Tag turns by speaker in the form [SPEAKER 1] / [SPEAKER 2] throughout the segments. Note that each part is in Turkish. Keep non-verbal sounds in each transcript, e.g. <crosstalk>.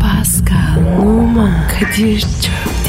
[SPEAKER 1] Pascal, Oman, Kadir çok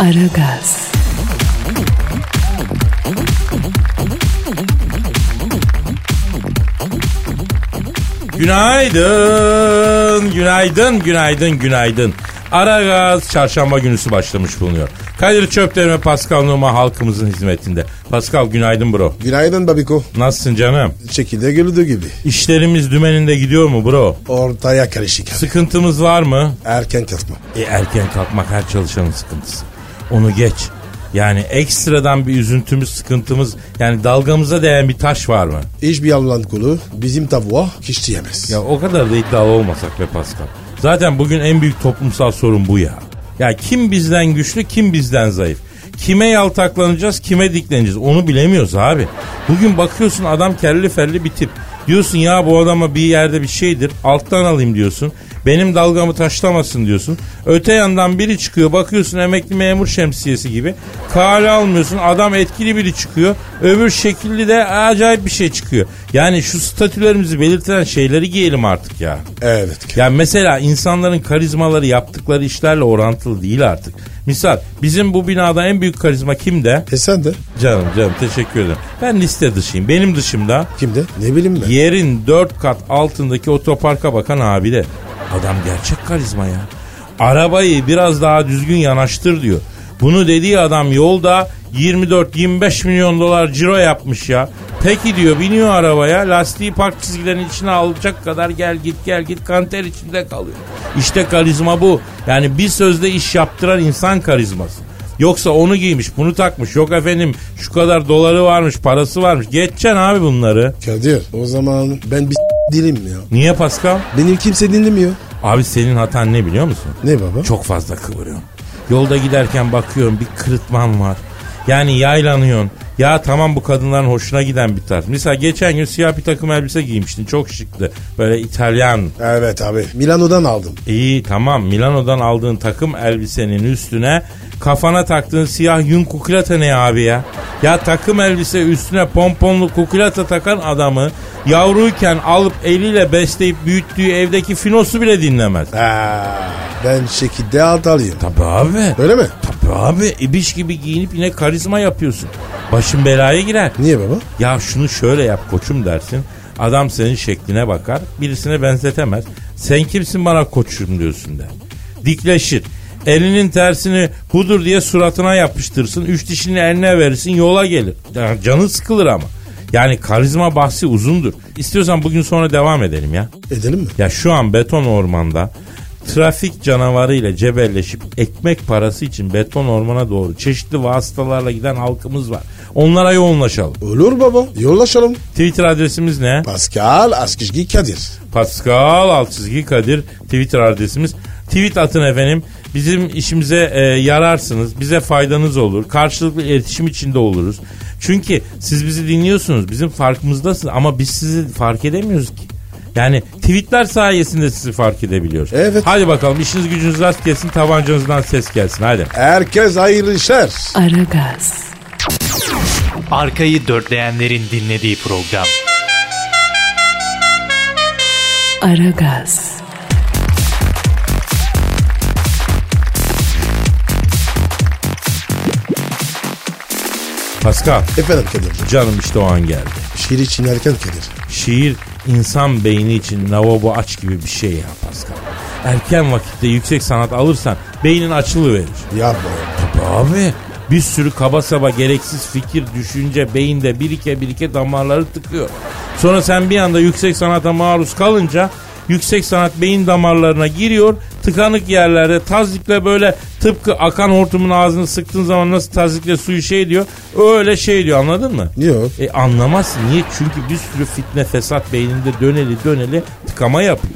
[SPEAKER 1] Aragaz,
[SPEAKER 2] Günaydın, günaydın, günaydın, günaydın. Ara gaz çarşamba günüsü başlamış bulunuyor. Kadir Çöpler ve Pascal Numa halkımızın hizmetinde. Pascal günaydın bro.
[SPEAKER 3] Günaydın babiko.
[SPEAKER 2] Nasılsın canım?
[SPEAKER 3] Çekirde görüldüğü gibi.
[SPEAKER 2] İşlerimiz dümeninde gidiyor mu bro?
[SPEAKER 3] Ortaya karışık.
[SPEAKER 2] Sıkıntımız var mı?
[SPEAKER 3] Erken kalkma.
[SPEAKER 2] E, erken kalkmak her çalışanın sıkıntısı. Onu geç. Yani ekstradan bir üzüntümüz, sıkıntımız yani dalgamıza değen bir taş var mı?
[SPEAKER 3] Hiçbir yalan kulu bizim tavuğa hiç diyemez.
[SPEAKER 2] Ya o kadar da iddialı olmasak be Pascal. Zaten bugün en büyük toplumsal sorun bu ya. Ya kim bizden güçlü, kim bizden zayıf. Kime yaltaklanacağız, kime dikleneceğiz onu bilemiyoruz abi. Bugün bakıyorsun adam kelli felli bir tip. Diyorsun ya bu adama bir yerde bir şeydir alttan alayım diyorsun. Benim dalgamı taşlamasın diyorsun. Öte yandan biri çıkıyor bakıyorsun emekli memur şemsiyesi gibi. Kale almıyorsun adam etkili biri çıkıyor. Öbür şekilli de acayip bir şey çıkıyor. Yani şu statülerimizi belirtilen şeyleri giyelim artık ya.
[SPEAKER 3] Evet.
[SPEAKER 2] Ya mesela insanların karizmaları yaptıkları işlerle orantılı değil artık. Misal bizim bu binada en büyük karizma kimde?
[SPEAKER 3] E sen de?
[SPEAKER 2] Canım canım teşekkür ederim. Ben liste dışıyım. Benim dışımda
[SPEAKER 3] Kimde? Ne bileyim ben.
[SPEAKER 2] yerin dört kat altındaki otoparka bakan abi de. Adam gerçek karizma ya. Arabayı biraz daha düzgün yanaştır diyor. Bunu dediği adam yolda 24-25 milyon dolar ciro yapmış ya. Peki diyor biniyor arabaya lastiği park çizgilerinin içine alacak kadar gel git gel git kanter içinde kalıyor. İşte karizma bu. Yani bir sözde iş yaptıran insan karizması. Yoksa onu giymiş bunu takmış yok efendim şu kadar doları varmış parası varmış. Geçeceksin abi bunları.
[SPEAKER 3] Kadir o zaman ben bir dilim ya.
[SPEAKER 2] Niye Pascal?
[SPEAKER 3] Beni kimse dinlemiyor.
[SPEAKER 2] Abi senin hatan ne biliyor musun?
[SPEAKER 3] Ne baba?
[SPEAKER 2] Çok fazla kıvırıyorsun. Yolda giderken bakıyorum bir kırıtman var. Yani yaylanıyorsun. Ya tamam bu kadınların hoşuna giden bir tarz. Mesela geçen gün siyah bir takım elbise giymiştin. Çok şıktı. Böyle İtalyan.
[SPEAKER 3] Evet abi. Milano'dan aldım.
[SPEAKER 2] İyi tamam Milano'dan aldığın takım elbisenin üstüne kafana taktığın siyah yün kukulata ne abi ya? Ya takım elbise üstüne pomponlu kukulata takan adamı yavruyken alıp eliyle besleyip büyüttüğü evdeki finosu bile dinlemez.
[SPEAKER 3] Aa, ben şekilde alt alayım.
[SPEAKER 2] Tabii abi.
[SPEAKER 3] Öyle mi?
[SPEAKER 2] Tabii abi. İbiş gibi giyinip yine karizma yapıyorsun. Başın belaya girer.
[SPEAKER 3] Niye baba?
[SPEAKER 2] Ya şunu şöyle yap koçum dersin. Adam senin şekline bakar. Birisine benzetemez. Sen kimsin bana koçum diyorsun der. Dikleşir. Elinin tersini hudur diye suratına yapıştırsın. Üç dişini eline verirsin yola gelir. Ya canı sıkılır ama. Yani karizma bahsi uzundur. İstiyorsan bugün sonra devam edelim ya.
[SPEAKER 3] Edelim mi?
[SPEAKER 2] Ya şu an beton ormanda trafik canavarıyla cebelleşip ekmek parası için beton ormana doğru çeşitli vasıtalarla giden halkımız var. Onlara yoğunlaşalım.
[SPEAKER 3] Olur baba. Yollaşalım.
[SPEAKER 2] Twitter adresimiz ne?
[SPEAKER 3] Pascal Askizgi Kadir.
[SPEAKER 2] Pascal alt çizgi Kadir Twitter adresimiz. Tweet atın efendim. Bizim işimize e, yararsınız. Bize faydanız olur. Karşılıklı iletişim içinde oluruz. Çünkü siz bizi dinliyorsunuz. Bizim farkımızdasınız ama biz sizi fark edemiyoruz ki. Yani tweetler sayesinde sizi fark edebiliyoruz.
[SPEAKER 3] Evet.
[SPEAKER 2] Hadi bakalım işiniz gücünüz rast gelsin. Tabancanızdan ses gelsin. Hadi.
[SPEAKER 3] Herkes hayırlı işler.
[SPEAKER 1] Aragaz,
[SPEAKER 4] Arkayı dörtleyenlerin dinlediği program.
[SPEAKER 1] Aragaz,
[SPEAKER 2] Pascal.
[SPEAKER 3] Efendim Kadir.
[SPEAKER 2] Canım işte o an geldi.
[SPEAKER 3] Şiir için erken Kadir.
[SPEAKER 2] Şiir insan beyni için lavabo aç gibi bir şey ya Pascal. Erken vakitte yüksek sanat alırsan beynin açılıverir.
[SPEAKER 3] Yapma.
[SPEAKER 2] Tabii abi bir sürü kaba saba gereksiz fikir, düşünce beyinde birike birike damarları tıkıyor. Sonra sen bir anda yüksek sanata maruz kalınca yüksek sanat beyin damarlarına giriyor. Tıkanık yerlerde tazikle böyle tıpkı akan hortumun ağzını sıktığın zaman nasıl tazikle suyu şey diyor. Öyle şey diyor anladın mı?
[SPEAKER 3] Yok.
[SPEAKER 2] E anlamazsın niye? Çünkü bir sürü fitne fesat beyninde döneli döneli tıkama yapıyor.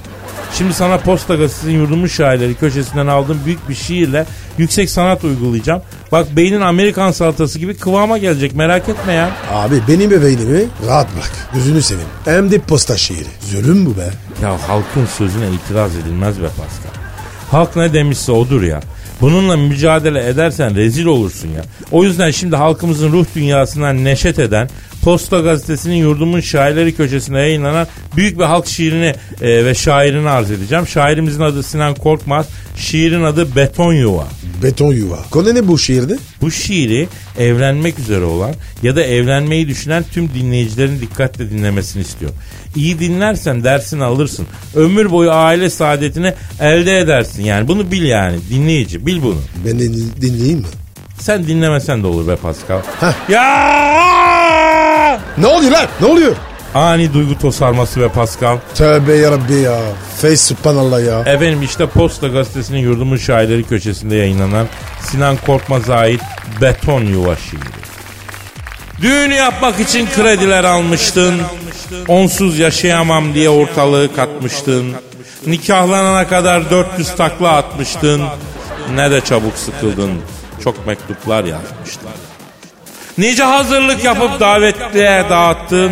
[SPEAKER 2] Şimdi sana Posta Gazetesi'nin yurdumun şairleri köşesinden aldığım büyük bir şiirle yüksek sanat uygulayacağım. Bak beynin Amerikan salatası gibi kıvama gelecek merak etme ya.
[SPEAKER 3] Abi benim bebeğimi rahat bırak. Gözünü seveyim. Hem de posta şiiri. Zulüm bu be.
[SPEAKER 2] Ya halkın sözüne itiraz edilmez be Pascal. Halk ne demişse odur ya. Bununla mücadele edersen rezil olursun ya. O yüzden şimdi halkımızın ruh dünyasından neşet eden Posta Gazetesi'nin yurdumun şairleri köşesine yayınlanan büyük bir halk şiirini e, ve şairini arz edeceğim. Şairimizin adı Sinan Korkmaz, şiirin adı Beton Yuva.
[SPEAKER 3] Beton yuva. Konu ne bu şiirde?
[SPEAKER 2] Bu şiiri evlenmek üzere olan ya da evlenmeyi düşünen tüm dinleyicilerin dikkatle dinlemesini istiyor. İyi dinlersen dersini alırsın. Ömür boyu aile saadetini elde edersin. Yani bunu bil yani dinleyici bil bunu.
[SPEAKER 3] Ben de din- dinleyeyim mi?
[SPEAKER 2] Sen dinlemesen de olur be Pascal.
[SPEAKER 3] Heh.
[SPEAKER 2] Ya!
[SPEAKER 3] Ne oluyor lan? Ne oluyor?
[SPEAKER 2] Ani duygu tosarması be Pascal.
[SPEAKER 3] Tövbe yarabbi ya. Fey subhanallah ya.
[SPEAKER 2] Efendim işte Posta Gazetesi'nin yurdumun şairleri köşesinde yayınlanan Sinan Korkmaz'a ait Beton Yuva şiiri. Düğünü yapmak için krediler almıştın. Onsuz yaşayamam diye ortalığı katmıştın. Nikahlanana kadar 400 takla atmıştın. Ne de çabuk sıkıldın. Çok mektuplar yazmıştın. Nice hazırlık yapıp davetliye dağıttın.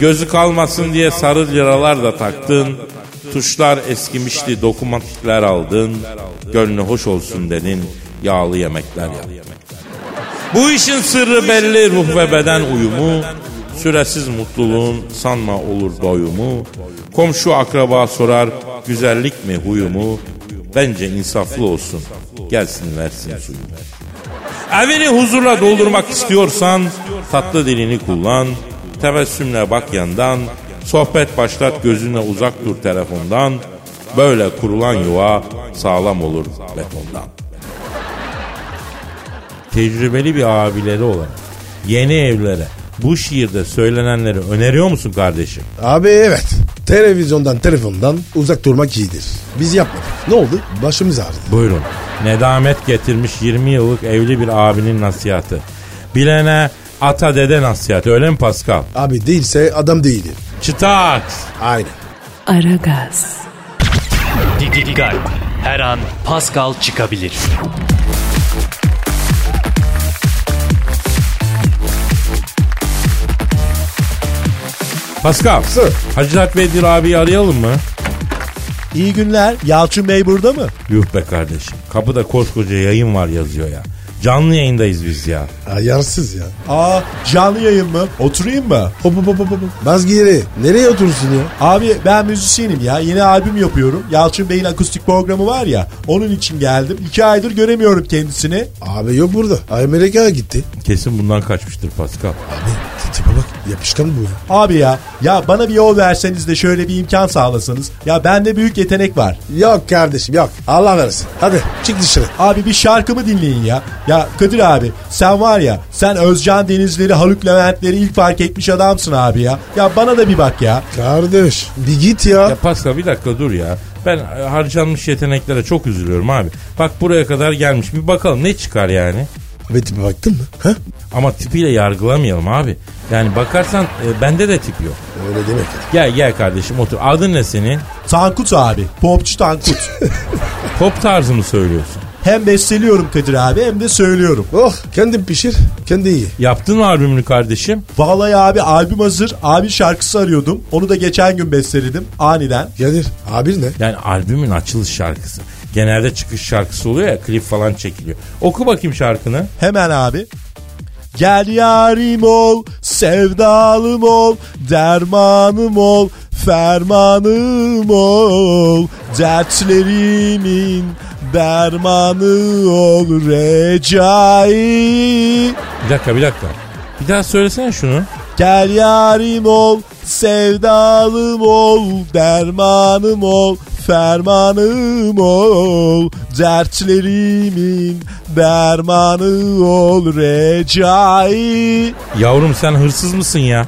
[SPEAKER 2] Gözü kalmasın diye sarı liralar da taktın. Tuşlar eskimişti, dokumatikler aldın. Gönlü hoş olsun dedin, yağlı yemekler yaptın. Bu işin sırrı belli ruh ve beden uyumu. Süresiz mutluluğun sanma olur doyumu. Komşu akraba sorar güzellik mi huyumu. Bence insaflı olsun. Gelsin versin suyumu. Evini huzurla doldurmak istiyorsan tatlı dilini kullan. Tebessümle bak yandan. Sohbet başlat gözüne uzak dur telefondan. Böyle kurulan yuva sağlam olur betondan tecrübeli bir abileri olarak yeni evlere bu şiirde söylenenleri öneriyor musun kardeşim?
[SPEAKER 3] Abi evet. Televizyondan telefondan uzak durmak iyidir. Biz yapmadık. Ne oldu? Başımız ağrıdı.
[SPEAKER 2] Buyurun. Nedamet getirmiş 20 yıllık evli bir abinin nasihatı. Bilene ata dede nasihatı öyle mi Pascal?
[SPEAKER 3] Abi değilse adam değildir.
[SPEAKER 2] Çıtaks.
[SPEAKER 3] Aynen.
[SPEAKER 1] Aragaz,
[SPEAKER 4] Didi Dikkat. Her an Pascal çıkabilir.
[SPEAKER 2] Pascal.
[SPEAKER 3] Sir.
[SPEAKER 2] Hacı Dert Vedir abiyi arayalım mı?
[SPEAKER 5] İyi günler. Yalçın Bey burada mı?
[SPEAKER 2] Yuh be kardeşim. Kapıda koskoca yayın var yazıyor ya. Canlı yayındayız biz ya.
[SPEAKER 3] Ayarsız ya.
[SPEAKER 5] Aa canlı yayın mı? Oturayım mı? Hop hop hop hop. hop.
[SPEAKER 3] Baz geri. Nereye oturursun ya?
[SPEAKER 5] Abi ben müzisyenim ya. Yeni albüm yapıyorum. Yalçın Bey'in akustik programı var ya. Onun için geldim. İki aydır göremiyorum kendisini.
[SPEAKER 3] Abi yok burada. Amerika'ya gitti.
[SPEAKER 2] Kesin bundan kaçmıştır Pascal.
[SPEAKER 3] Abi tipe bak. Yapışkan bu ya.
[SPEAKER 5] Abi ya. Ya bana bir yol verseniz de şöyle bir imkan sağlasanız. Ya bende büyük yetenek var.
[SPEAKER 3] Yok kardeşim yok. Allah versin. Hadi çık dışarı.
[SPEAKER 5] Abi bir şarkımı dinleyin ya. Ya Kadir abi sen var ya sen Özcan Denizleri, Haluk Leventleri ilk fark etmiş adamsın abi ya. Ya bana da bir bak ya.
[SPEAKER 3] Kardeş bir git ya.
[SPEAKER 2] Ya Pascal bir dakika dur ya. Ben e, harcanmış yeteneklere çok üzülüyorum abi. Bak buraya kadar gelmiş. Bir bakalım ne çıkar yani.
[SPEAKER 3] Ve tipe baktın mı? Ha?
[SPEAKER 2] Ama tipiyle yargılamayalım abi. Yani bakarsan e, bende de tip yok.
[SPEAKER 3] Öyle demek.
[SPEAKER 2] Gel gel kardeşim otur. Adın ne senin?
[SPEAKER 5] Tankut abi. Popçu Tankut.
[SPEAKER 2] Pop tarzı mı söylüyorsun?
[SPEAKER 5] hem besteliyorum Kadir abi hem de söylüyorum.
[SPEAKER 3] Oh kendin pişir. Kendi iyi.
[SPEAKER 2] Yaptın mı albümünü kardeşim?
[SPEAKER 5] Vallahi abi albüm hazır. Abi şarkısı arıyordum. Onu da geçen gün besteledim aniden.
[SPEAKER 3] Kadir abi ne?
[SPEAKER 2] Yani albümün açılış şarkısı. Genelde çıkış şarkısı oluyor ya klip falan çekiliyor. Oku bakayım şarkını.
[SPEAKER 5] Hemen abi. Gel yarim ol, sevdalım ol, dermanım ol, fermanım ol. Dertlerimin dermanı ol Recai.
[SPEAKER 2] Bir dakika bir dakika. Bir daha söylesene şunu.
[SPEAKER 5] Gel yarim ol, sevdalım ol, dermanım ol, fermanım ol, dertlerimin dermanı ol Recai.
[SPEAKER 2] Yavrum sen hırsız mısın ya?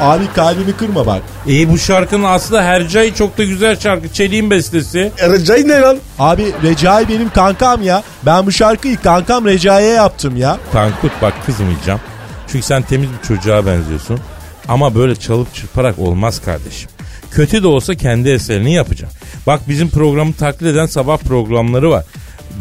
[SPEAKER 5] Abi kalbimi kırma bak.
[SPEAKER 2] E bu şarkının aslında Hercai çok da güzel şarkı. Çelik'in bestesi.
[SPEAKER 3] E, Recai ne lan?
[SPEAKER 5] Abi Recai benim kankam ya. Ben bu şarkıyı kankam Recai'ye yaptım ya.
[SPEAKER 2] Tankut bak kızmayacağım. Çünkü sen temiz bir çocuğa benziyorsun. Ama böyle çalıp çırparak olmaz kardeşim. Kötü de olsa kendi eserini yapacağım. Bak bizim programı taklit eden sabah programları var.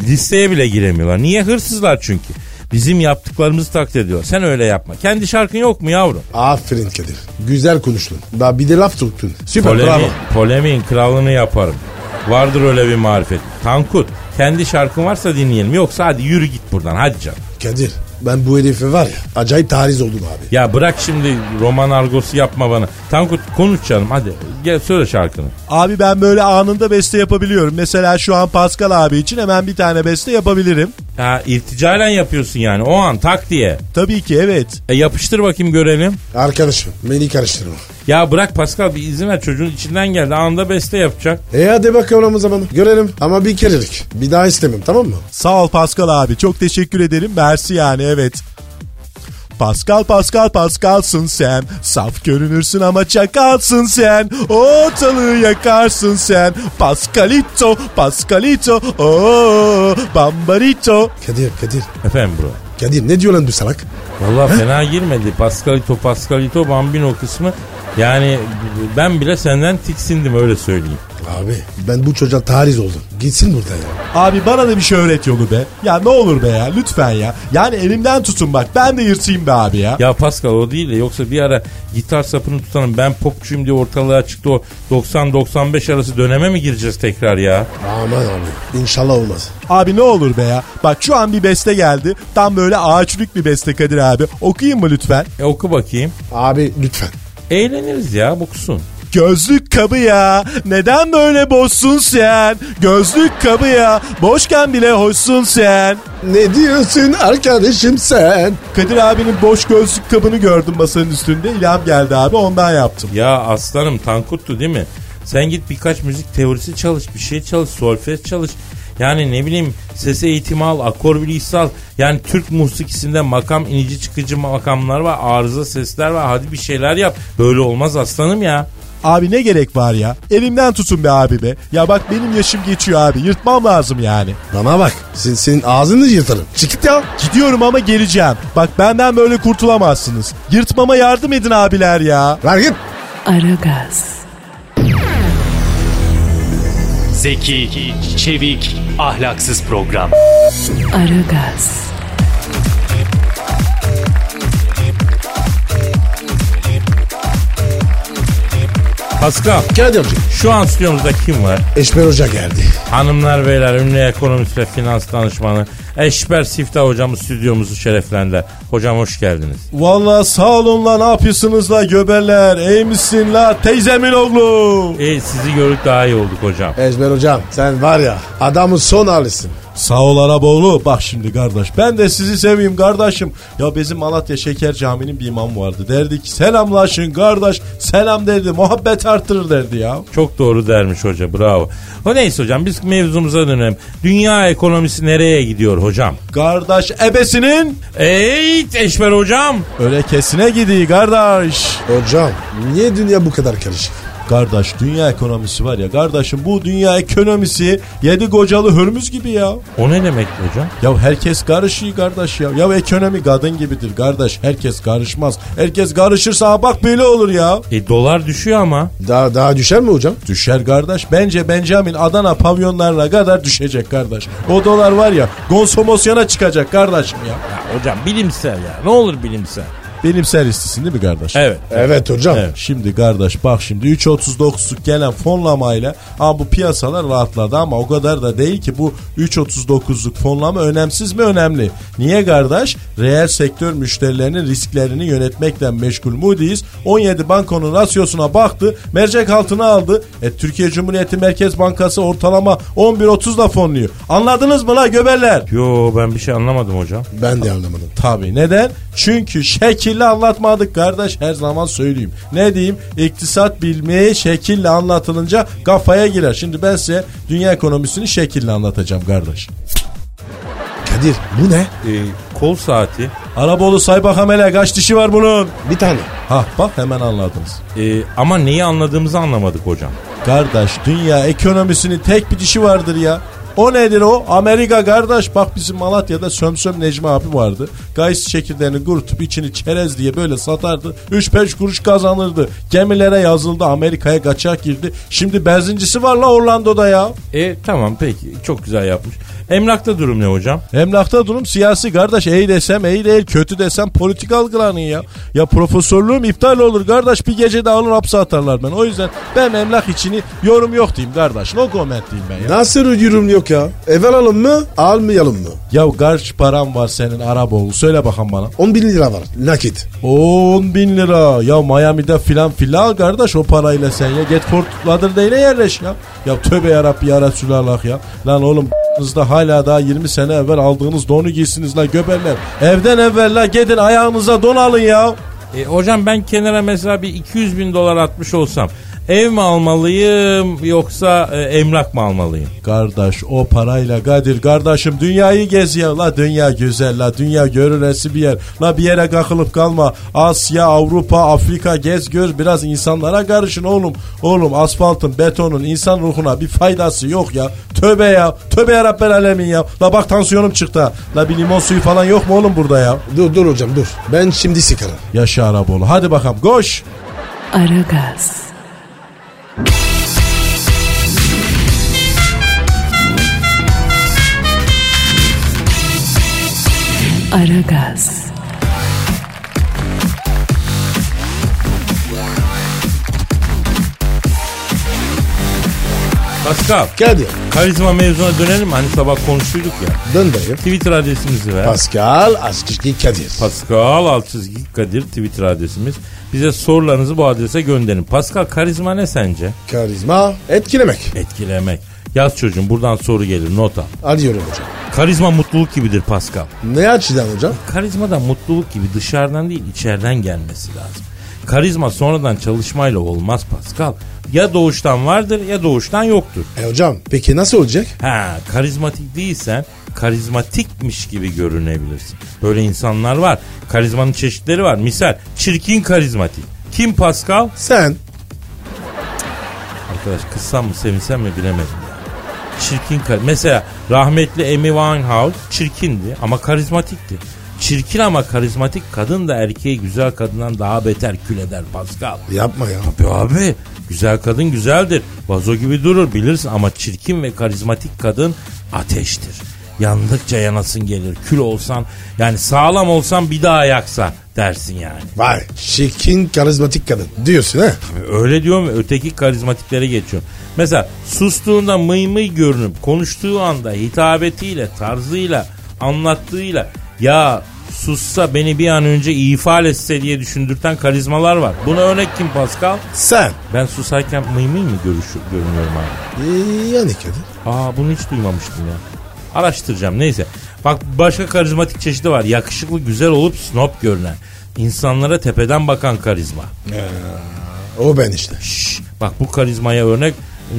[SPEAKER 2] Listeye bile giremiyorlar. Niye? Hırsızlar çünkü. Bizim yaptıklarımızı taklit ediyor. Sen öyle yapma. Kendi şarkın yok mu yavrum?
[SPEAKER 3] Aferin Kadir. Güzel konuştun. Daha bir de laf tuttun. Süper bravo.
[SPEAKER 2] Polemi, polemiğin kralını yaparım. Vardır öyle bir marifet. Tankut kendi şarkın varsa dinleyelim. Yoksa hadi yürü git buradan hadi canım.
[SPEAKER 3] Kadir ben bu herife var ya acayip tariz oldum abi.
[SPEAKER 2] Ya bırak şimdi roman argosu yapma bana. Tankut konuş canım hadi. Gel söyle şarkını.
[SPEAKER 5] Abi ben böyle anında beste yapabiliyorum. Mesela şu an Pascal abi için hemen bir tane beste yapabilirim.
[SPEAKER 2] Ha irticalen yapıyorsun yani o an tak diye.
[SPEAKER 5] Tabii ki evet.
[SPEAKER 2] E yapıştır bakayım görelim.
[SPEAKER 3] Arkadaşım beni karıştırma.
[SPEAKER 2] Ya bırak Pascal bir izin ver çocuğun içinden geldi. Anında beste yapacak.
[SPEAKER 3] E hadi bakalım o zaman. Görelim ama bir kerelik. Bir daha istemem tamam mı?
[SPEAKER 5] Sağ ol Pascal abi. Çok teşekkür ederim. Mersi yani evet. Pascal Pascal Pascal'sın sen Saf görünürsün ama çakalsın sen Ortalığı yakarsın sen Pascalito Pascalito ooo Bambarito
[SPEAKER 3] Kadir Kadir.
[SPEAKER 2] Efendim bro.
[SPEAKER 3] Kadir ne diyor lan bu salak?
[SPEAKER 2] Vallahi fena girmedi. Pascalito Pascalito Bambino kısmı. Yani ben bile senden tiksindim öyle söyleyeyim.
[SPEAKER 3] Abi ben bu çocuğa tariz oldum. Gitsin buradan ya.
[SPEAKER 5] Abi bana da bir şöhret yolu be Ya ne olur be ya lütfen ya Yani elimden tutun bak ben de yırtayım be abi ya
[SPEAKER 2] Ya Pascal o değil de yoksa bir ara gitar sapını tutanım ben popçuyum diye ortalığa çıktı o 90-95 arası döneme mi gireceğiz tekrar ya?
[SPEAKER 3] Aman abi. İnşallah olmaz.
[SPEAKER 5] Abi ne olur be ya. Bak şu an bir beste geldi. Tam böyle ağaçlık bir beste Kadir abi. Okuyayım mı lütfen?
[SPEAKER 2] E oku bakayım.
[SPEAKER 3] Abi lütfen.
[SPEAKER 2] Eğleniriz ya boksun.
[SPEAKER 5] Gözlük kabı ya. Neden böyle boşsun sen? Gözlük kabı ya. Boşken bile hoşsun sen.
[SPEAKER 3] Ne diyorsun arkadaşım sen?
[SPEAKER 5] Kadir abinin boş gözlük kabını gördüm masanın üstünde. İlham geldi abi ondan yaptım.
[SPEAKER 2] Ya aslanım Tankut'tu değil mi? Sen git birkaç müzik teorisi çalış, bir şey çalış, solfej çalış. Yani ne bileyim sese eğitimi al, akor bilgisi al. Yani Türk musikisinde makam inici çıkıcı makamlar var, arıza sesler var. Hadi bir şeyler yap. Böyle olmaz aslanım ya.
[SPEAKER 5] Abi ne gerek var ya? Elimden tutun be abi be. Ya bak benim yaşım geçiyor abi. Yırtmam lazım yani.
[SPEAKER 3] Bana bak. Sen, senin ağzını yırtarım. Çık git ya.
[SPEAKER 5] Gidiyorum ama geleceğim. Bak benden böyle kurtulamazsınız. Yırtmama yardım edin abiler ya.
[SPEAKER 3] Ver git.
[SPEAKER 1] Aragaz,
[SPEAKER 4] Zeki, çevik, ahlaksız program.
[SPEAKER 1] Aragaz,
[SPEAKER 2] Pascal,
[SPEAKER 3] Kadir'cim.
[SPEAKER 2] şu an stüdyomuzda kim var?
[SPEAKER 3] Eşber Hoca geldi.
[SPEAKER 2] Hanımlar beyler ünlü ekonomist ve finans danışmanı Eşber Siftah hocamız stüdyomuzu şereflendi. Hocam hoş geldiniz.
[SPEAKER 5] Vallahi sağ olun la ne yapıyorsunuz la göberler. İyi misin la teyzemin oğlu.
[SPEAKER 2] E, sizi gördük daha iyi olduk hocam.
[SPEAKER 3] Eşber Hocam sen var ya adamın son halisin.
[SPEAKER 5] Sağ ol Araboğlu. Bak şimdi kardeş ben de sizi seveyim kardeşim. Ya bizim Malatya Şeker Camii'nin bir imamı vardı. Derdi ki selamlaşın kardeş. Selam derdi muhabbet artırır derdi ya.
[SPEAKER 2] Çok doğru dermiş hoca bravo. O neyse hocam biz mevzumuza dönelim. Dünya ekonomisi nereye gidiyor hocam?
[SPEAKER 5] Kardeş ebesinin
[SPEAKER 2] Ey Eşber hocam.
[SPEAKER 5] öyle kesine gidiyor kardeş.
[SPEAKER 3] Hocam niye dünya bu kadar karışık?
[SPEAKER 5] Kardeş dünya ekonomisi var ya kardeşim bu dünya ekonomisi yedi kocalı hürmüz gibi ya.
[SPEAKER 2] O ne demek hocam?
[SPEAKER 5] Ya herkes karışıyor kardeş ya. Ya ekonomi kadın gibidir kardeş. Herkes karışmaz. Herkes karışırsa ha bak böyle olur ya.
[SPEAKER 2] E dolar düşüyor ama.
[SPEAKER 3] Daha, daha düşer mi hocam?
[SPEAKER 5] Düşer kardeş. Bence Benjamin Adana pavyonlarına kadar düşecek kardeş. O dolar var ya konsomasyona çıkacak kardeşim ya.
[SPEAKER 2] Ya hocam bilimsel ya ne olur bilimsel.
[SPEAKER 5] Benimsel istisin değil mi kardeş?
[SPEAKER 2] Evet.
[SPEAKER 3] Evet hocam.
[SPEAKER 5] Şimdi kardeş bak şimdi 3.39'luk gelen fonlamayla ha bu piyasalar rahatladı ama o kadar da değil ki bu 3.39'luk fonlama önemsiz mi önemli. Niye kardeş? Reel sektör müşterilerinin risklerini yönetmekten meşgul Moody's 17 bankonun rasyosuna baktı mercek altına aldı. E, Türkiye Cumhuriyeti Merkez Bankası ortalama 11.30'la fonluyor. Anladınız mı la göberler?
[SPEAKER 2] Yo ben bir şey anlamadım hocam.
[SPEAKER 3] Ben de anlamadım.
[SPEAKER 5] Tabii neden? Çünkü şekilli anlatmadık kardeş her zaman söyleyeyim. Ne diyeyim? İktisat bilmeyi şekille anlatılınca kafaya girer. Şimdi ben size dünya ekonomisini şekille anlatacağım kardeş.
[SPEAKER 3] Kadir bu ne?
[SPEAKER 2] E, kol saati.
[SPEAKER 5] Araboğlu say bakalım hele kaç dişi var bunun?
[SPEAKER 3] Bir tane.
[SPEAKER 5] Hah bak hemen anladınız.
[SPEAKER 2] E, ama neyi anladığımızı anlamadık hocam.
[SPEAKER 5] Kardeş dünya ekonomisinin tek bir dişi vardır ya. O nedir o? Amerika kardeş. Bak bizim Malatya'da Sömsöm Necmi abi vardı. Gayıs çekirdeğini kurutup içini çerez diye böyle satardı. 3-5 kuruş kazanırdı. Gemilere yazıldı. Amerika'ya kaçak girdi. Şimdi benzincisi var la Orlando'da ya.
[SPEAKER 2] E tamam peki çok güzel yapmış. Emlakta durum ne hocam?
[SPEAKER 5] Emlakta durum siyasi kardeş. İyi desem iyi değil. Kötü desem politik algılanıyor ya. Ya profesörlüğüm iptal olur kardeş. Bir gecede alır hapse atarlar ben. O yüzden ben emlak içini yorum yok diyeyim kardeş. No comment diyeyim ben ya.
[SPEAKER 3] Nasıl yorum yok ya? Evvel alın mı almayalım mı?
[SPEAKER 5] Ya kaç param var senin Arap oğlu? Söyle bakalım bana.
[SPEAKER 3] 10 bin lira var nakit.
[SPEAKER 5] 10 bin lira. Ya Miami'de filan filan kardeş o parayla sen ya. Get Fort Lauderdale'e yerleş ya. Ya tövbe yarabbi ya Resulallah ya. Lan oğlum da hala daha 20 sene evvel aldığınız donu giysiniz la göberler. Evden evvel la gidin ayağınıza don alın ya.
[SPEAKER 2] E, hocam ben kenara mesela bir 200 bin dolar atmış olsam ev mi almalıyım yoksa e, emlak mı almalıyım?
[SPEAKER 5] Kardeş o parayla Kadir kardeşim dünyayı gez ya la dünya güzel la dünya görülesi bir yer la bir yere kakılıp kalma Asya Avrupa Afrika gez gör biraz insanlara karışın oğlum oğlum asfaltın betonun insan ruhuna bir faydası yok ya tövbe ya tövbe ya Rabbel alemin ya la bak tansiyonum çıktı ha. la bir limon suyu falan yok mu oğlum burada ya
[SPEAKER 3] Dur dur hocam dur. Ben şimdi sikarım.
[SPEAKER 5] yaşa Araboğlu hadi bakalım koş
[SPEAKER 1] Aragaz, Aragaz,
[SPEAKER 2] Pascal
[SPEAKER 3] Kadir
[SPEAKER 2] karizma mevzuna dönelim mi? Hani sabah konuşuyorduk ya.
[SPEAKER 3] dön dayı.
[SPEAKER 2] Twitter adresimizi ver.
[SPEAKER 3] Pascal Askışki Kadir.
[SPEAKER 2] Pascal alt çizgi Kadir Twitter adresimiz. Bize sorularınızı bu adrese gönderin. Pascal karizma ne sence?
[SPEAKER 3] Karizma etkilemek.
[SPEAKER 2] Etkilemek. Yaz çocuğum buradan soru gelir nota.
[SPEAKER 3] Alıyorum hocam.
[SPEAKER 2] Karizma mutluluk gibidir Pascal.
[SPEAKER 3] Ne açıdan hocam?
[SPEAKER 2] Karizma da mutluluk gibi dışarıdan değil içeriden gelmesi lazım. Karizma sonradan çalışmayla olmaz Pascal. Ya doğuştan vardır ya doğuştan yoktur.
[SPEAKER 3] E hocam peki nasıl olacak?
[SPEAKER 2] Ha, karizmatik değilsen karizmatikmiş gibi görünebilirsin. Böyle insanlar var. Karizmanın çeşitleri var. Misal çirkin karizmatik. Kim Pascal?
[SPEAKER 3] Sen
[SPEAKER 2] Arkadaş kızsam mı sevinsem mi bilemedim ya. Çirkin kar- Mesela rahmetli Amy Winehouse çirkindi ama karizmatikti. Çirkin ama karizmatik kadın da erkeği güzel kadından daha beter kül eder Pascal.
[SPEAKER 3] yapma ya.
[SPEAKER 2] Abi abi güzel kadın güzeldir. Vazo gibi durur bilirsin ama çirkin ve karizmatik kadın ateştir. Yandıkça yanasın gelir. Kül olsan yani sağlam olsan bir daha yaksa dersin yani.
[SPEAKER 3] Vay şekin karizmatik kadın diyorsun ha.
[SPEAKER 2] Öyle diyorum ve öteki karizmatiklere geçiyorum. Mesela sustuğunda mıy mıy görünüp konuştuğu anda hitabetiyle, tarzıyla, anlattığıyla ya sussa beni bir an önce ifade etse diye düşündürten karizmalar var. Buna örnek kim Pascal?
[SPEAKER 3] Sen.
[SPEAKER 2] Ben susarken mıy mıy mı görüşü, görünüyorum abi?
[SPEAKER 3] Ee, yani Kadir.
[SPEAKER 2] Aa bunu hiç duymamıştım ya. Araştıracağım neyse. Bak başka karizmatik çeşidi var. Yakışıklı, güzel olup snob görünen. İnsanlara tepeden bakan karizma.
[SPEAKER 3] O ben işte.
[SPEAKER 2] Şşş, bak bu karizmaya örnek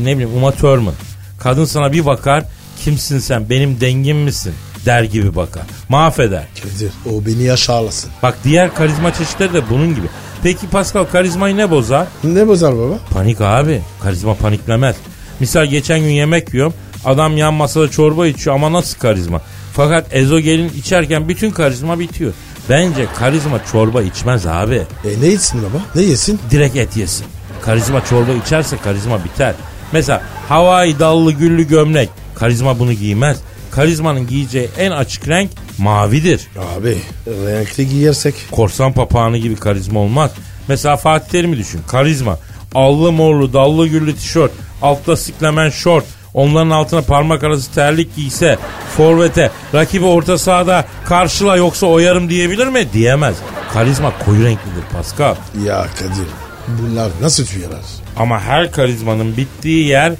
[SPEAKER 2] ne bileyim Uma Thurman. Kadın sana bir bakar kimsin sen benim dengim misin der gibi bakar. Mahveder.
[SPEAKER 3] Kadir o beni yaşarlasın.
[SPEAKER 2] Bak diğer karizma çeşitleri de bunun gibi. Peki Pascal karizmayı ne bozar?
[SPEAKER 3] Ne bozar baba?
[SPEAKER 2] Panik abi. Karizma paniklemez. Misal geçen gün yemek yiyorum. Adam yan masada çorba içiyor ama nasıl karizma? Fakat ezogelin içerken bütün karizma bitiyor. Bence karizma çorba içmez abi.
[SPEAKER 3] E ne yesin baba? Ne yesin?
[SPEAKER 2] direkt et yesin. Karizma çorba içerse karizma biter. Mesela havai dallı güllü gömlek. Karizma bunu giymez. Karizmanın giyeceği en açık renk mavidir.
[SPEAKER 3] Abi renkli giyersek.
[SPEAKER 2] Korsan papağanı gibi karizma olmaz. Mesela Fatih Terim'i düşün. Karizma. Allı morlu dallı güllü tişört. Altta siklemen şort. Onların altına parmak arası terlik giyse forvete rakibi orta sahada karşıla yoksa oyarım diyebilir mi? Diyemez. Karizma koyu renklidir Pascal.
[SPEAKER 3] Ya Kadir bunlar nasıl tüyeler?
[SPEAKER 2] Ama her karizmanın bittiği yer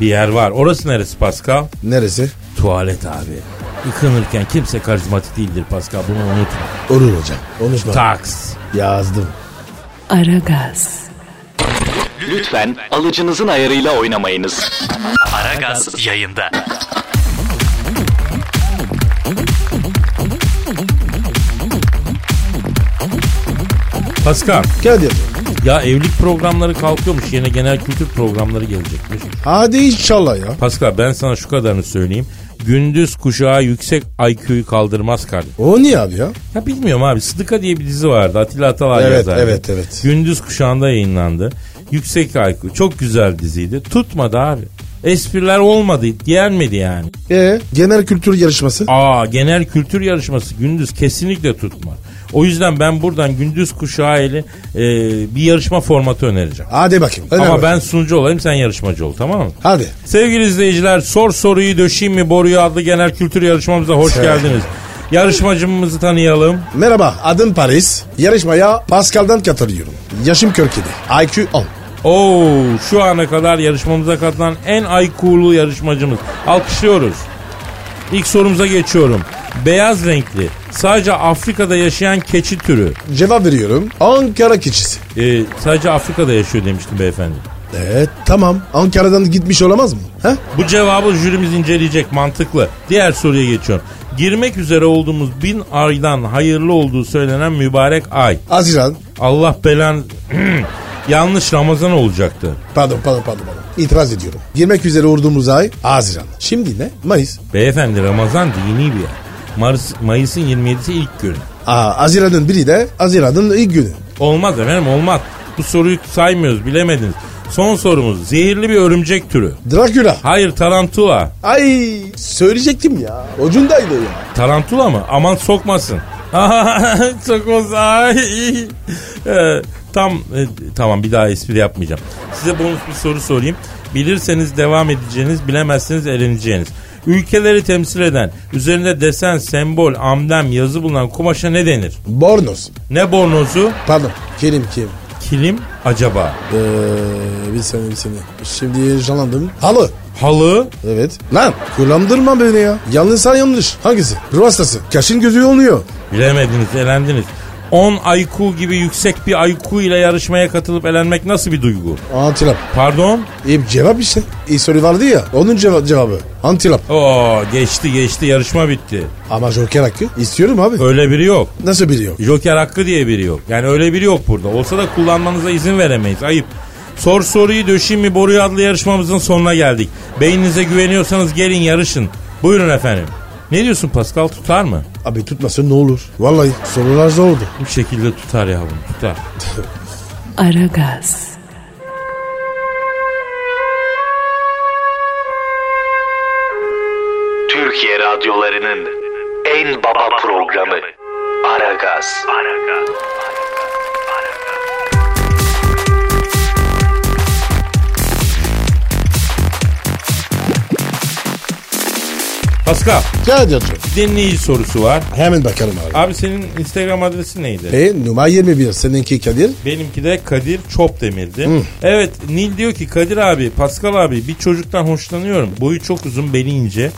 [SPEAKER 2] bir yer var. Orası neresi Pascal?
[SPEAKER 3] Neresi?
[SPEAKER 2] Tuvalet abi. Yıkanırken kimse karizmatik değildir Pascal bunu unutma.
[SPEAKER 3] Olur hocam. Konuşma.
[SPEAKER 2] Taks.
[SPEAKER 3] Yazdım.
[SPEAKER 1] Aragaz,
[SPEAKER 4] Lütfen alıcınızın ayarıyla oynamayınız. Aragaz yayında.
[SPEAKER 2] Pascal
[SPEAKER 3] Kadir
[SPEAKER 2] ya evlilik programları kalkıyormuş yerine genel kültür programları gelecekmiş.
[SPEAKER 3] Hadi inşallah ya.
[SPEAKER 2] Pascal ben sana şu kadarını söyleyeyim. Gündüz kuşağı yüksek IQ'yu kaldırmaz kardeşim.
[SPEAKER 3] O niye abi ya?
[SPEAKER 2] Ya bilmiyorum abi. Sıdıka diye bir dizi vardı. Atilla Atalar
[SPEAKER 3] Evet,
[SPEAKER 2] yazardı.
[SPEAKER 3] evet, evet.
[SPEAKER 2] Gündüz kuşağında yayınlandı. Yüksek IQ. Çok güzel diziydi. Tutmadı abi. Espriler olmadı. Yenmedi yani.
[SPEAKER 3] E genel kültür yarışması.
[SPEAKER 2] Aa genel kültür yarışması gündüz kesinlikle tutma. O yüzden ben buradan gündüz kuşağı ile e, bir yarışma formatı önereceğim.
[SPEAKER 3] Hadi bakayım. hadi
[SPEAKER 2] Ama
[SPEAKER 3] bakayım.
[SPEAKER 2] ben sunucu olayım sen yarışmacı ol tamam mı?
[SPEAKER 3] Hadi.
[SPEAKER 2] Sevgili izleyiciler sor soruyu döşeyim mi boruyu adlı genel kültür yarışmamıza hoş
[SPEAKER 3] Evet.
[SPEAKER 2] geldiniz. Yarışmacımızı tanıyalım.
[SPEAKER 3] Merhaba adım Paris. Yarışmaya Pascal'dan katılıyorum. Yaşım 47. IQ 10.
[SPEAKER 2] Oo, şu ana kadar yarışmamıza katılan en IQ'lu yarışmacımız. Alkışlıyoruz. İlk sorumuza geçiyorum. Beyaz renkli, sadece Afrika'da yaşayan keçi türü.
[SPEAKER 3] Cevap veriyorum. Ankara keçisi.
[SPEAKER 2] Ee, sadece Afrika'da yaşıyor demiştim beyefendi.
[SPEAKER 3] Evet Ee, tamam. Ankara'dan gitmiş olamaz mı? He?
[SPEAKER 2] Bu cevabı jürimiz inceleyecek mantıklı. Diğer soruya geçiyorum. Girmek üzere olduğumuz bin aydan hayırlı olduğu söylenen mübarek ay.
[SPEAKER 3] Haziran.
[SPEAKER 2] Allah belan... <clears throat> Yanlış Ramazan olacaktı.
[SPEAKER 3] Pardon pardon pardon. pardon. İtiraz ediyorum. Girmek üzere olduğumuz ay Haziran. Şimdi ne? Mayıs.
[SPEAKER 2] Beyefendi Ramazan dini bir ay. Mayıs, Mayıs'ın 27'si ilk günü.
[SPEAKER 3] Aa, Haziran'ın biri de Haziran'ın ilk günü.
[SPEAKER 2] Olmaz efendim olmaz. Bu soruyu saymıyoruz bilemediniz. Son sorumuz zehirli bir örümcek türü.
[SPEAKER 3] Drakula.
[SPEAKER 2] Hayır tarantula.
[SPEAKER 3] Ay söyleyecektim ya. Ucundaydı ya.
[SPEAKER 2] Tarantula mı? Aman sokmasın. <laughs> Sokmaz. Ay. Ee, tam e, tamam bir daha espri yapmayacağım. Size bonus bir soru sorayım. Bilirseniz devam edeceğiniz, bilemezseniz eleneceğiniz. Ülkeleri temsil eden, üzerinde desen, sembol, amblem, yazı bulunan kumaşa ne denir?
[SPEAKER 3] Bornoz.
[SPEAKER 2] Ne bornozu?
[SPEAKER 3] Pardon. Kerim kim?
[SPEAKER 2] Kilim acaba?
[SPEAKER 3] Ee, bir saniye bir saniye. Şimdi canlandım. Halı.
[SPEAKER 2] Halı?
[SPEAKER 3] Evet. Lan kullandırma beni ya. Yanlışsa yanlış. Hangisi? Ruh hastası. Kaşın gözü oluyor.
[SPEAKER 2] Bilemediniz, elendiniz. 10 IQ gibi yüksek bir IQ ile yarışmaya katılıp elenmek nasıl bir duygu?
[SPEAKER 3] Antilop.
[SPEAKER 2] Pardon?
[SPEAKER 3] E, cevap işte. E, soru vardı ya. Onun ceva- cevabı. Antilop.
[SPEAKER 2] Oo geçti geçti yarışma bitti.
[SPEAKER 3] Ama Joker hakkı. İstiyorum abi.
[SPEAKER 2] Öyle biri yok.
[SPEAKER 3] Nasıl biliyor?
[SPEAKER 2] Joker hakkı diye biri yok. Yani öyle biri yok burada. Olsa da kullanmanıza izin veremeyiz. Ayıp. Sor soruyu döşeyim mi boruyu adlı yarışmamızın sonuna geldik. Beyninize güveniyorsanız gelin yarışın. Buyurun efendim. Ne diyorsun Pascal tutar mı?
[SPEAKER 3] Abi tutmasın ne olur. Vallahi sorular zordu.
[SPEAKER 2] Bu şekilde tutar yavrum tutar.
[SPEAKER 1] Aragaz.
[SPEAKER 6] Türkiye radyolarının en baba programı Aragaz.
[SPEAKER 2] Pascal
[SPEAKER 3] Gel yatıyor.
[SPEAKER 2] bir dinleyici sorusu var.
[SPEAKER 3] Hemen bakalım abi.
[SPEAKER 2] Abi senin Instagram adresin neydi?
[SPEAKER 3] E, numara 21 seninki Kadir.
[SPEAKER 2] Benimki de Kadir Çopdemir'di. Evet Nil diyor ki Kadir abi, Pascal abi bir çocuktan hoşlanıyorum. Boyu çok uzun, beli ince.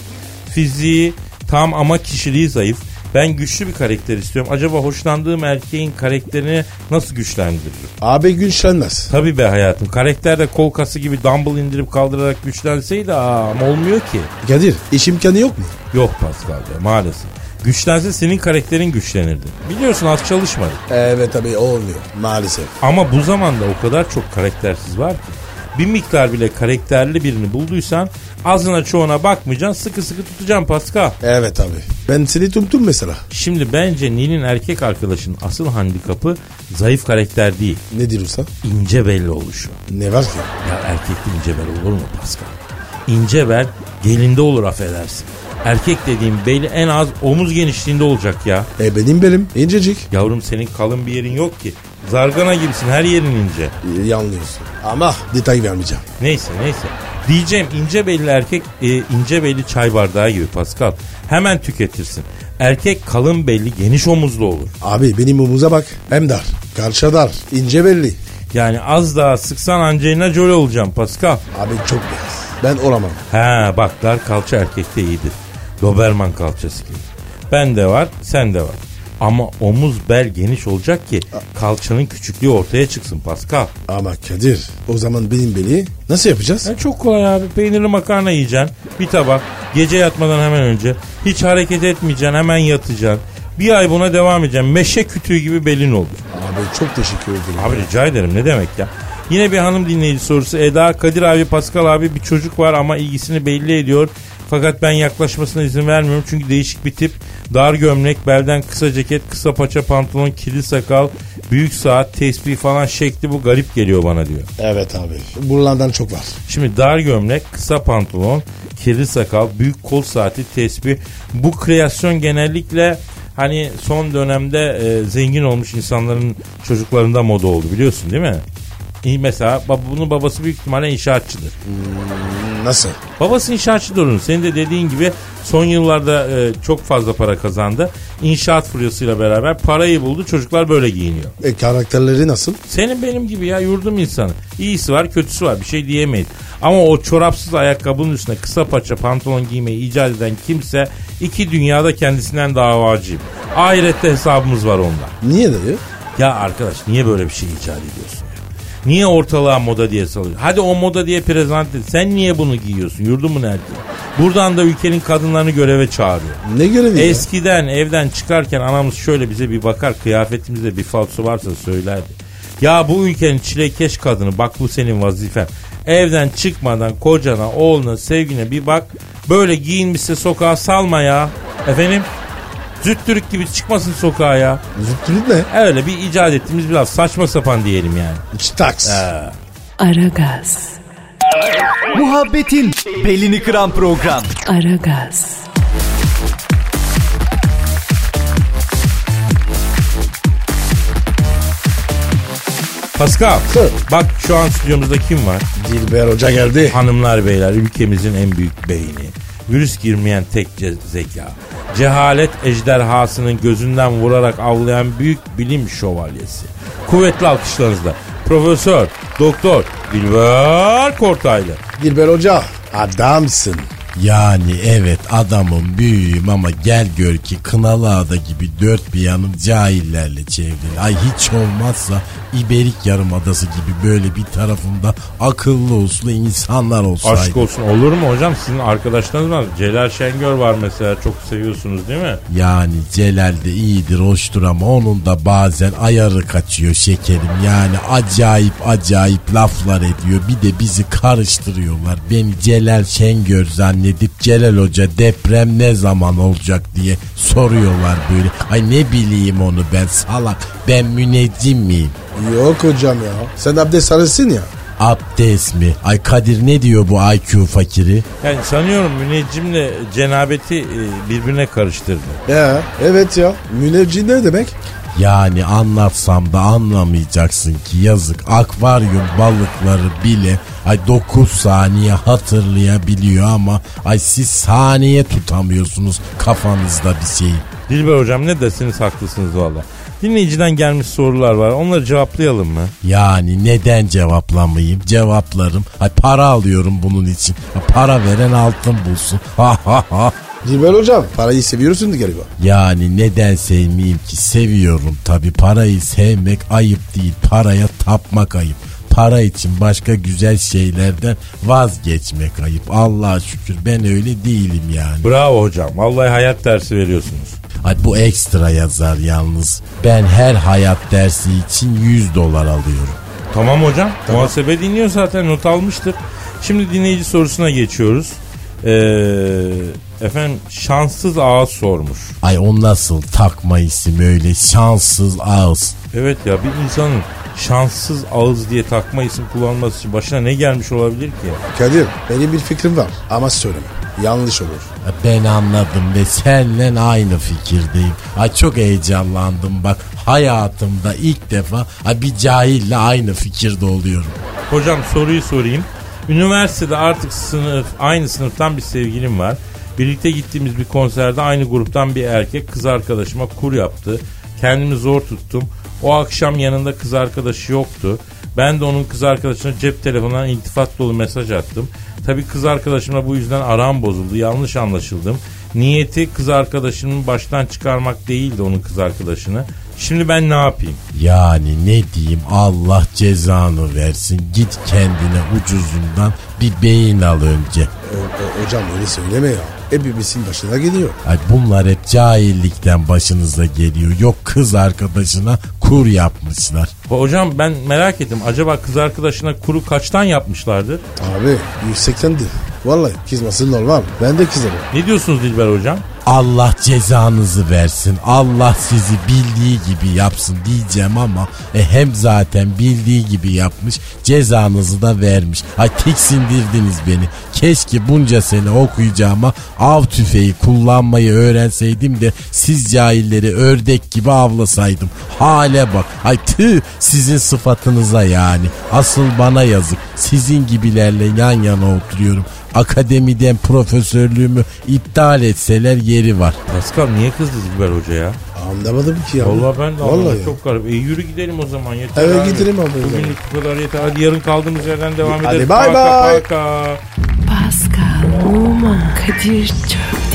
[SPEAKER 2] Fiziği tam ama kişiliği zayıf. Ben güçlü bir karakter istiyorum. Acaba hoşlandığım erkeğin karakterini nasıl güçlendiririm?
[SPEAKER 3] Abi güçlenmez.
[SPEAKER 2] Tabii be hayatım. Karakter de kol kası gibi dumbbell indirip kaldırarak güçlenseydi aa, ama olmuyor ki.
[SPEAKER 3] Kadir iş imkanı yok mu?
[SPEAKER 2] Yok Pascal be maalesef. Güçlense senin karakterin güçlenirdi. Biliyorsun az çalışmadık.
[SPEAKER 3] Evet tabii olmuyor maalesef.
[SPEAKER 2] Ama bu zamanda o kadar çok karaktersiz var ki. Bir miktar bile karakterli birini bulduysan azına çoğuna bakmayacaksın sıkı sıkı tutacaksın Pascal.
[SPEAKER 3] Evet abi. Ben seni tuttum mesela.
[SPEAKER 2] Şimdi bence Nil'in erkek arkadaşının asıl handikapı zayıf karakter değil
[SPEAKER 3] Ne diyorsun?
[SPEAKER 2] ince belli oluşu.
[SPEAKER 3] Ne var ki?
[SPEAKER 2] Ya erkekte ince bel olur mu Pascal? İnce bel gelinde olur affedersin. Erkek dediğim beli en az omuz genişliğinde olacak ya.
[SPEAKER 3] E benim belim incecik.
[SPEAKER 2] Yavrum senin kalın bir yerin yok ki. Zargana gibisin her yerin ince.
[SPEAKER 3] E, yanlıyorsun. Ama detay vermeyeceğim.
[SPEAKER 2] Neyse neyse. Diyeceğim ince belli erkek e, ince belli çay bardağı gibi Pascal. Hemen tüketirsin. Erkek kalın belli geniş omuzlu olur.
[SPEAKER 3] Abi benim omuza bak. Hem dar. Karşı dar. ince belli.
[SPEAKER 2] Yani az daha sıksan Angelina Jolie olacağım Pascal.
[SPEAKER 3] Abi çok beyaz. Ben olamam.
[SPEAKER 2] Ha bak dar kalça erkekte iyidir. Doberman kalçası gibi. Ben de var sen de var. Ama omuz bel geniş olacak ki kalçanın küçüklüğü ortaya çıksın Pascal.
[SPEAKER 3] Ama Kadir o zaman benim beli nasıl yapacağız?
[SPEAKER 2] Ya çok kolay abi. Peynirli makarna yiyeceksin. Bir tabak. Gece yatmadan hemen önce. Hiç hareket etmeyeceksin. Hemen yatacaksın. Bir ay buna devam edeceksin. Meşe kütüğü gibi belin olur.
[SPEAKER 3] Abi çok teşekkür ederim.
[SPEAKER 2] Abi rica ederim ne demek ya. Yine bir hanım dinleyici sorusu. Eda, Kadir abi, Pascal abi bir çocuk var ama ilgisini belli ediyor. Fakat ben yaklaşmasına izin vermiyorum çünkü değişik bir tip. Dar gömlek, belden kısa ceket, kısa paça pantolon, kirli sakal, büyük saat, tesbih falan şekli bu garip geliyor bana diyor.
[SPEAKER 3] Evet abi. Buralardan çok var.
[SPEAKER 2] Şimdi dar gömlek, kısa pantolon, kirli sakal, büyük kol saati, tesbih. Bu kreasyon genellikle hani son dönemde e, zengin olmuş insanların çocuklarında moda oldu biliyorsun değil mi? İyi mesela bab- bunun babası büyük ihtimalle inşaatçıdır.
[SPEAKER 3] Nasıl?
[SPEAKER 2] Babası inşaatçı durun. Senin de dediğin gibi son yıllarda e, çok fazla para kazandı. İnşaat furyasıyla beraber parayı buldu. Çocuklar böyle giyiniyor.
[SPEAKER 3] E karakterleri nasıl?
[SPEAKER 2] Senin benim gibi ya yurdum insanı. İyisi var kötüsü var bir şey diyemeyiz. Ama o çorapsız ayakkabının üstüne kısa paça pantolon giymeyi icat eden kimse iki dünyada kendisinden davacıyım. Ahirette hesabımız var onunla.
[SPEAKER 3] Niye dedi?
[SPEAKER 2] Ya arkadaş niye böyle bir şey icat ediyorsun? ya? Niye ortalığa moda diye salıyorsun? Hadi o moda diye prezent et. Sen niye bunu giyiyorsun? Yurdumun erkeği. Buradan da ülkenin kadınlarını göreve çağırıyor.
[SPEAKER 3] Ne görevi ya?
[SPEAKER 2] Eskiden evden çıkarken anamız şöyle bize bir bakar kıyafetimizde bir falso varsa söylerdi. Ya bu ülkenin çilekeş kadını bak bu senin vazifen. Evden çıkmadan kocana, oğluna, sevgine bir bak. Böyle giyinmişse sokağa salma ya. Efendim? Züttürük gibi çıkmasın sokağa ya.
[SPEAKER 3] Züptürük ne?
[SPEAKER 2] Öyle bir icat ettiğimiz biraz saçma sapan diyelim yani.
[SPEAKER 3] Staks.
[SPEAKER 1] Aragaz.
[SPEAKER 4] Muhabbetin belini kıran program.
[SPEAKER 1] Aragaz.
[SPEAKER 2] Pascal
[SPEAKER 3] Sir.
[SPEAKER 2] bak şu an stüdyomuzda kim var?
[SPEAKER 3] Dilber Hoca geldi.
[SPEAKER 2] Hanımlar beyler ülkemizin en büyük beyni. Virüs girmeyen tek ce- zeka. Cehalet ejderhasının gözünden vurarak avlayan büyük bilim şövalyesi. Kuvvetli alkışlarınızla Profesör, Doktor Dilber Kortaylı.
[SPEAKER 3] Dilber Hoca adamsın.
[SPEAKER 5] Yani evet adamım büyüğüm ama gel gör ki Kınalı Ada gibi dört bir yanım cahillerle çevrili. Ay hiç olmazsa İberik Yarımadası gibi böyle bir tarafımda akıllı uslu insanlar olsaydı.
[SPEAKER 2] Aşk olsun olur mu hocam? Sizin arkadaşlarınız var. Celal Şengör var mesela çok seviyorsunuz değil mi?
[SPEAKER 5] Yani Celal de iyidir hoştur ama onun da bazen ayarı kaçıyor şekerim. Yani acayip acayip laflar ediyor. Bir de bizi karıştırıyorlar. Beni Celal Şengör zannedip Celal Hoca deprem ne zaman olacak diye soruyorlar böyle. Ay ne bileyim onu ben salak. Ben müneccim miyim?
[SPEAKER 3] Yok hocam ya. Sen abdest arasın ya.
[SPEAKER 5] Abdest mi? Ay Kadir ne diyor bu IQ fakiri?
[SPEAKER 2] Yani sanıyorum müneccimle cenabeti e, birbirine karıştırdı.
[SPEAKER 3] Ya evet ya. Müneccin ne demek?
[SPEAKER 5] Yani anlatsam da anlamayacaksın ki yazık. Akvaryum balıkları bile ay 9 saniye hatırlayabiliyor ama ay siz saniye tutamıyorsunuz kafanızda bir şey. şeyi.
[SPEAKER 2] Dilber hocam ne dersiniz haklısınız valla. Dinleyiciden gelmiş sorular var. Onları cevaplayalım mı?
[SPEAKER 5] Yani neden cevaplamayayım? Cevaplarım. Ay para alıyorum bunun için. Ha, Para veren altın bulsun. Ha ha ha.
[SPEAKER 3] Dilber Hocam parayı seviyorsun galiba.
[SPEAKER 5] Yani neden sevmeyeyim ki? Seviyorum tabi. Parayı sevmek ayıp değil. Paraya tapmak ayıp. Para için başka güzel şeylerden vazgeçmek ayıp. Allah'a şükür ben öyle değilim yani.
[SPEAKER 2] Bravo hocam. Vallahi hayat dersi veriyorsunuz.
[SPEAKER 5] Ay bu ekstra yazar yalnız. Ben her hayat dersi için 100 dolar alıyorum.
[SPEAKER 2] Tamam hocam. Muhasebe dinliyor zaten not almıştır. Şimdi dinleyici sorusuna geçiyoruz. Ee, efendim şanssız ağız sormuş.
[SPEAKER 5] Ay o nasıl takma isim öyle şanssız ağız.
[SPEAKER 2] Evet ya bir insanın şanssız ağız diye takma isim kullanması için başına ne gelmiş olabilir ki?
[SPEAKER 3] Kadir benim bir fikrim var ama söyleme. Yanlış olur.
[SPEAKER 5] Ben anladım ve seninle aynı fikirdeyim. Ay çok heyecanlandım bak. Hayatımda ilk defa ay bir cahille aynı fikirde oluyorum.
[SPEAKER 2] Hocam soruyu sorayım. Üniversitede artık sınıf aynı sınıftan bir sevgilim var. Birlikte gittiğimiz bir konserde aynı gruptan bir erkek kız arkadaşıma kur yaptı. Kendimi zor tuttum. O akşam yanında kız arkadaşı yoktu. Ben de onun kız arkadaşına cep telefonundan iltifat dolu mesaj attım. Tabii kız arkadaşımla bu yüzden aram bozuldu. Yanlış anlaşıldım. Niyeti kız arkadaşımın baştan çıkarmak değildi onun kız arkadaşını. Şimdi ben ne yapayım?
[SPEAKER 5] Yani ne diyeyim Allah cezanı versin. Git kendine ucuzundan bir beyin al önce.
[SPEAKER 3] Ö- ö- hocam öyle söyleme ya. hepimizin başına geliyor.
[SPEAKER 5] Ay bunlar hep cahillikten başınıza geliyor. Yok kız arkadaşına kur yapmışlar.
[SPEAKER 2] Hocam ben merak ettim. Acaba kız arkadaşına kuru kaçtan yapmışlardır?
[SPEAKER 3] Abi 180 değil. Vallahi kızması normal. Ben de kızarım.
[SPEAKER 2] Ne diyorsunuz Dilber hocam?
[SPEAKER 5] Allah cezanızı versin. Allah sizi bildiği gibi yapsın diyeceğim ama e, hem zaten bildiği gibi yapmış. Cezanızı da vermiş. Ay tiksindirdiniz beni. Keşke bunca sene okuyacağıma av tüfeği kullanmayı öğrenseydim de siz cahilleri ördek gibi avlasaydım. Hale bak. Ay tüh sizin sıfatınıza yani. Asıl bana yazık. Sizin gibilerle yan yana oturuyorum. Akademiden profesörlüğümü iptal etseler yeri var.
[SPEAKER 2] Pascal niye kızdı Dilber hoca ya?
[SPEAKER 3] Anlamadım ki ya.
[SPEAKER 2] Vallahi ben de
[SPEAKER 3] Vallahi
[SPEAKER 2] Vallahi
[SPEAKER 3] ya.
[SPEAKER 2] çok garip. E yürü gidelim o zaman yeter.
[SPEAKER 3] Evet, gidelim abi.
[SPEAKER 2] Bugünlük bu kadar yeter. Hadi yarın kaldığımız yerden devam
[SPEAKER 3] Hadi
[SPEAKER 2] ederiz.
[SPEAKER 3] bay
[SPEAKER 2] Paka,
[SPEAKER 3] bay.
[SPEAKER 2] paka.
[SPEAKER 1] Pascal, Oman, Kadir çok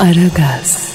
[SPEAKER 1] Aragaz.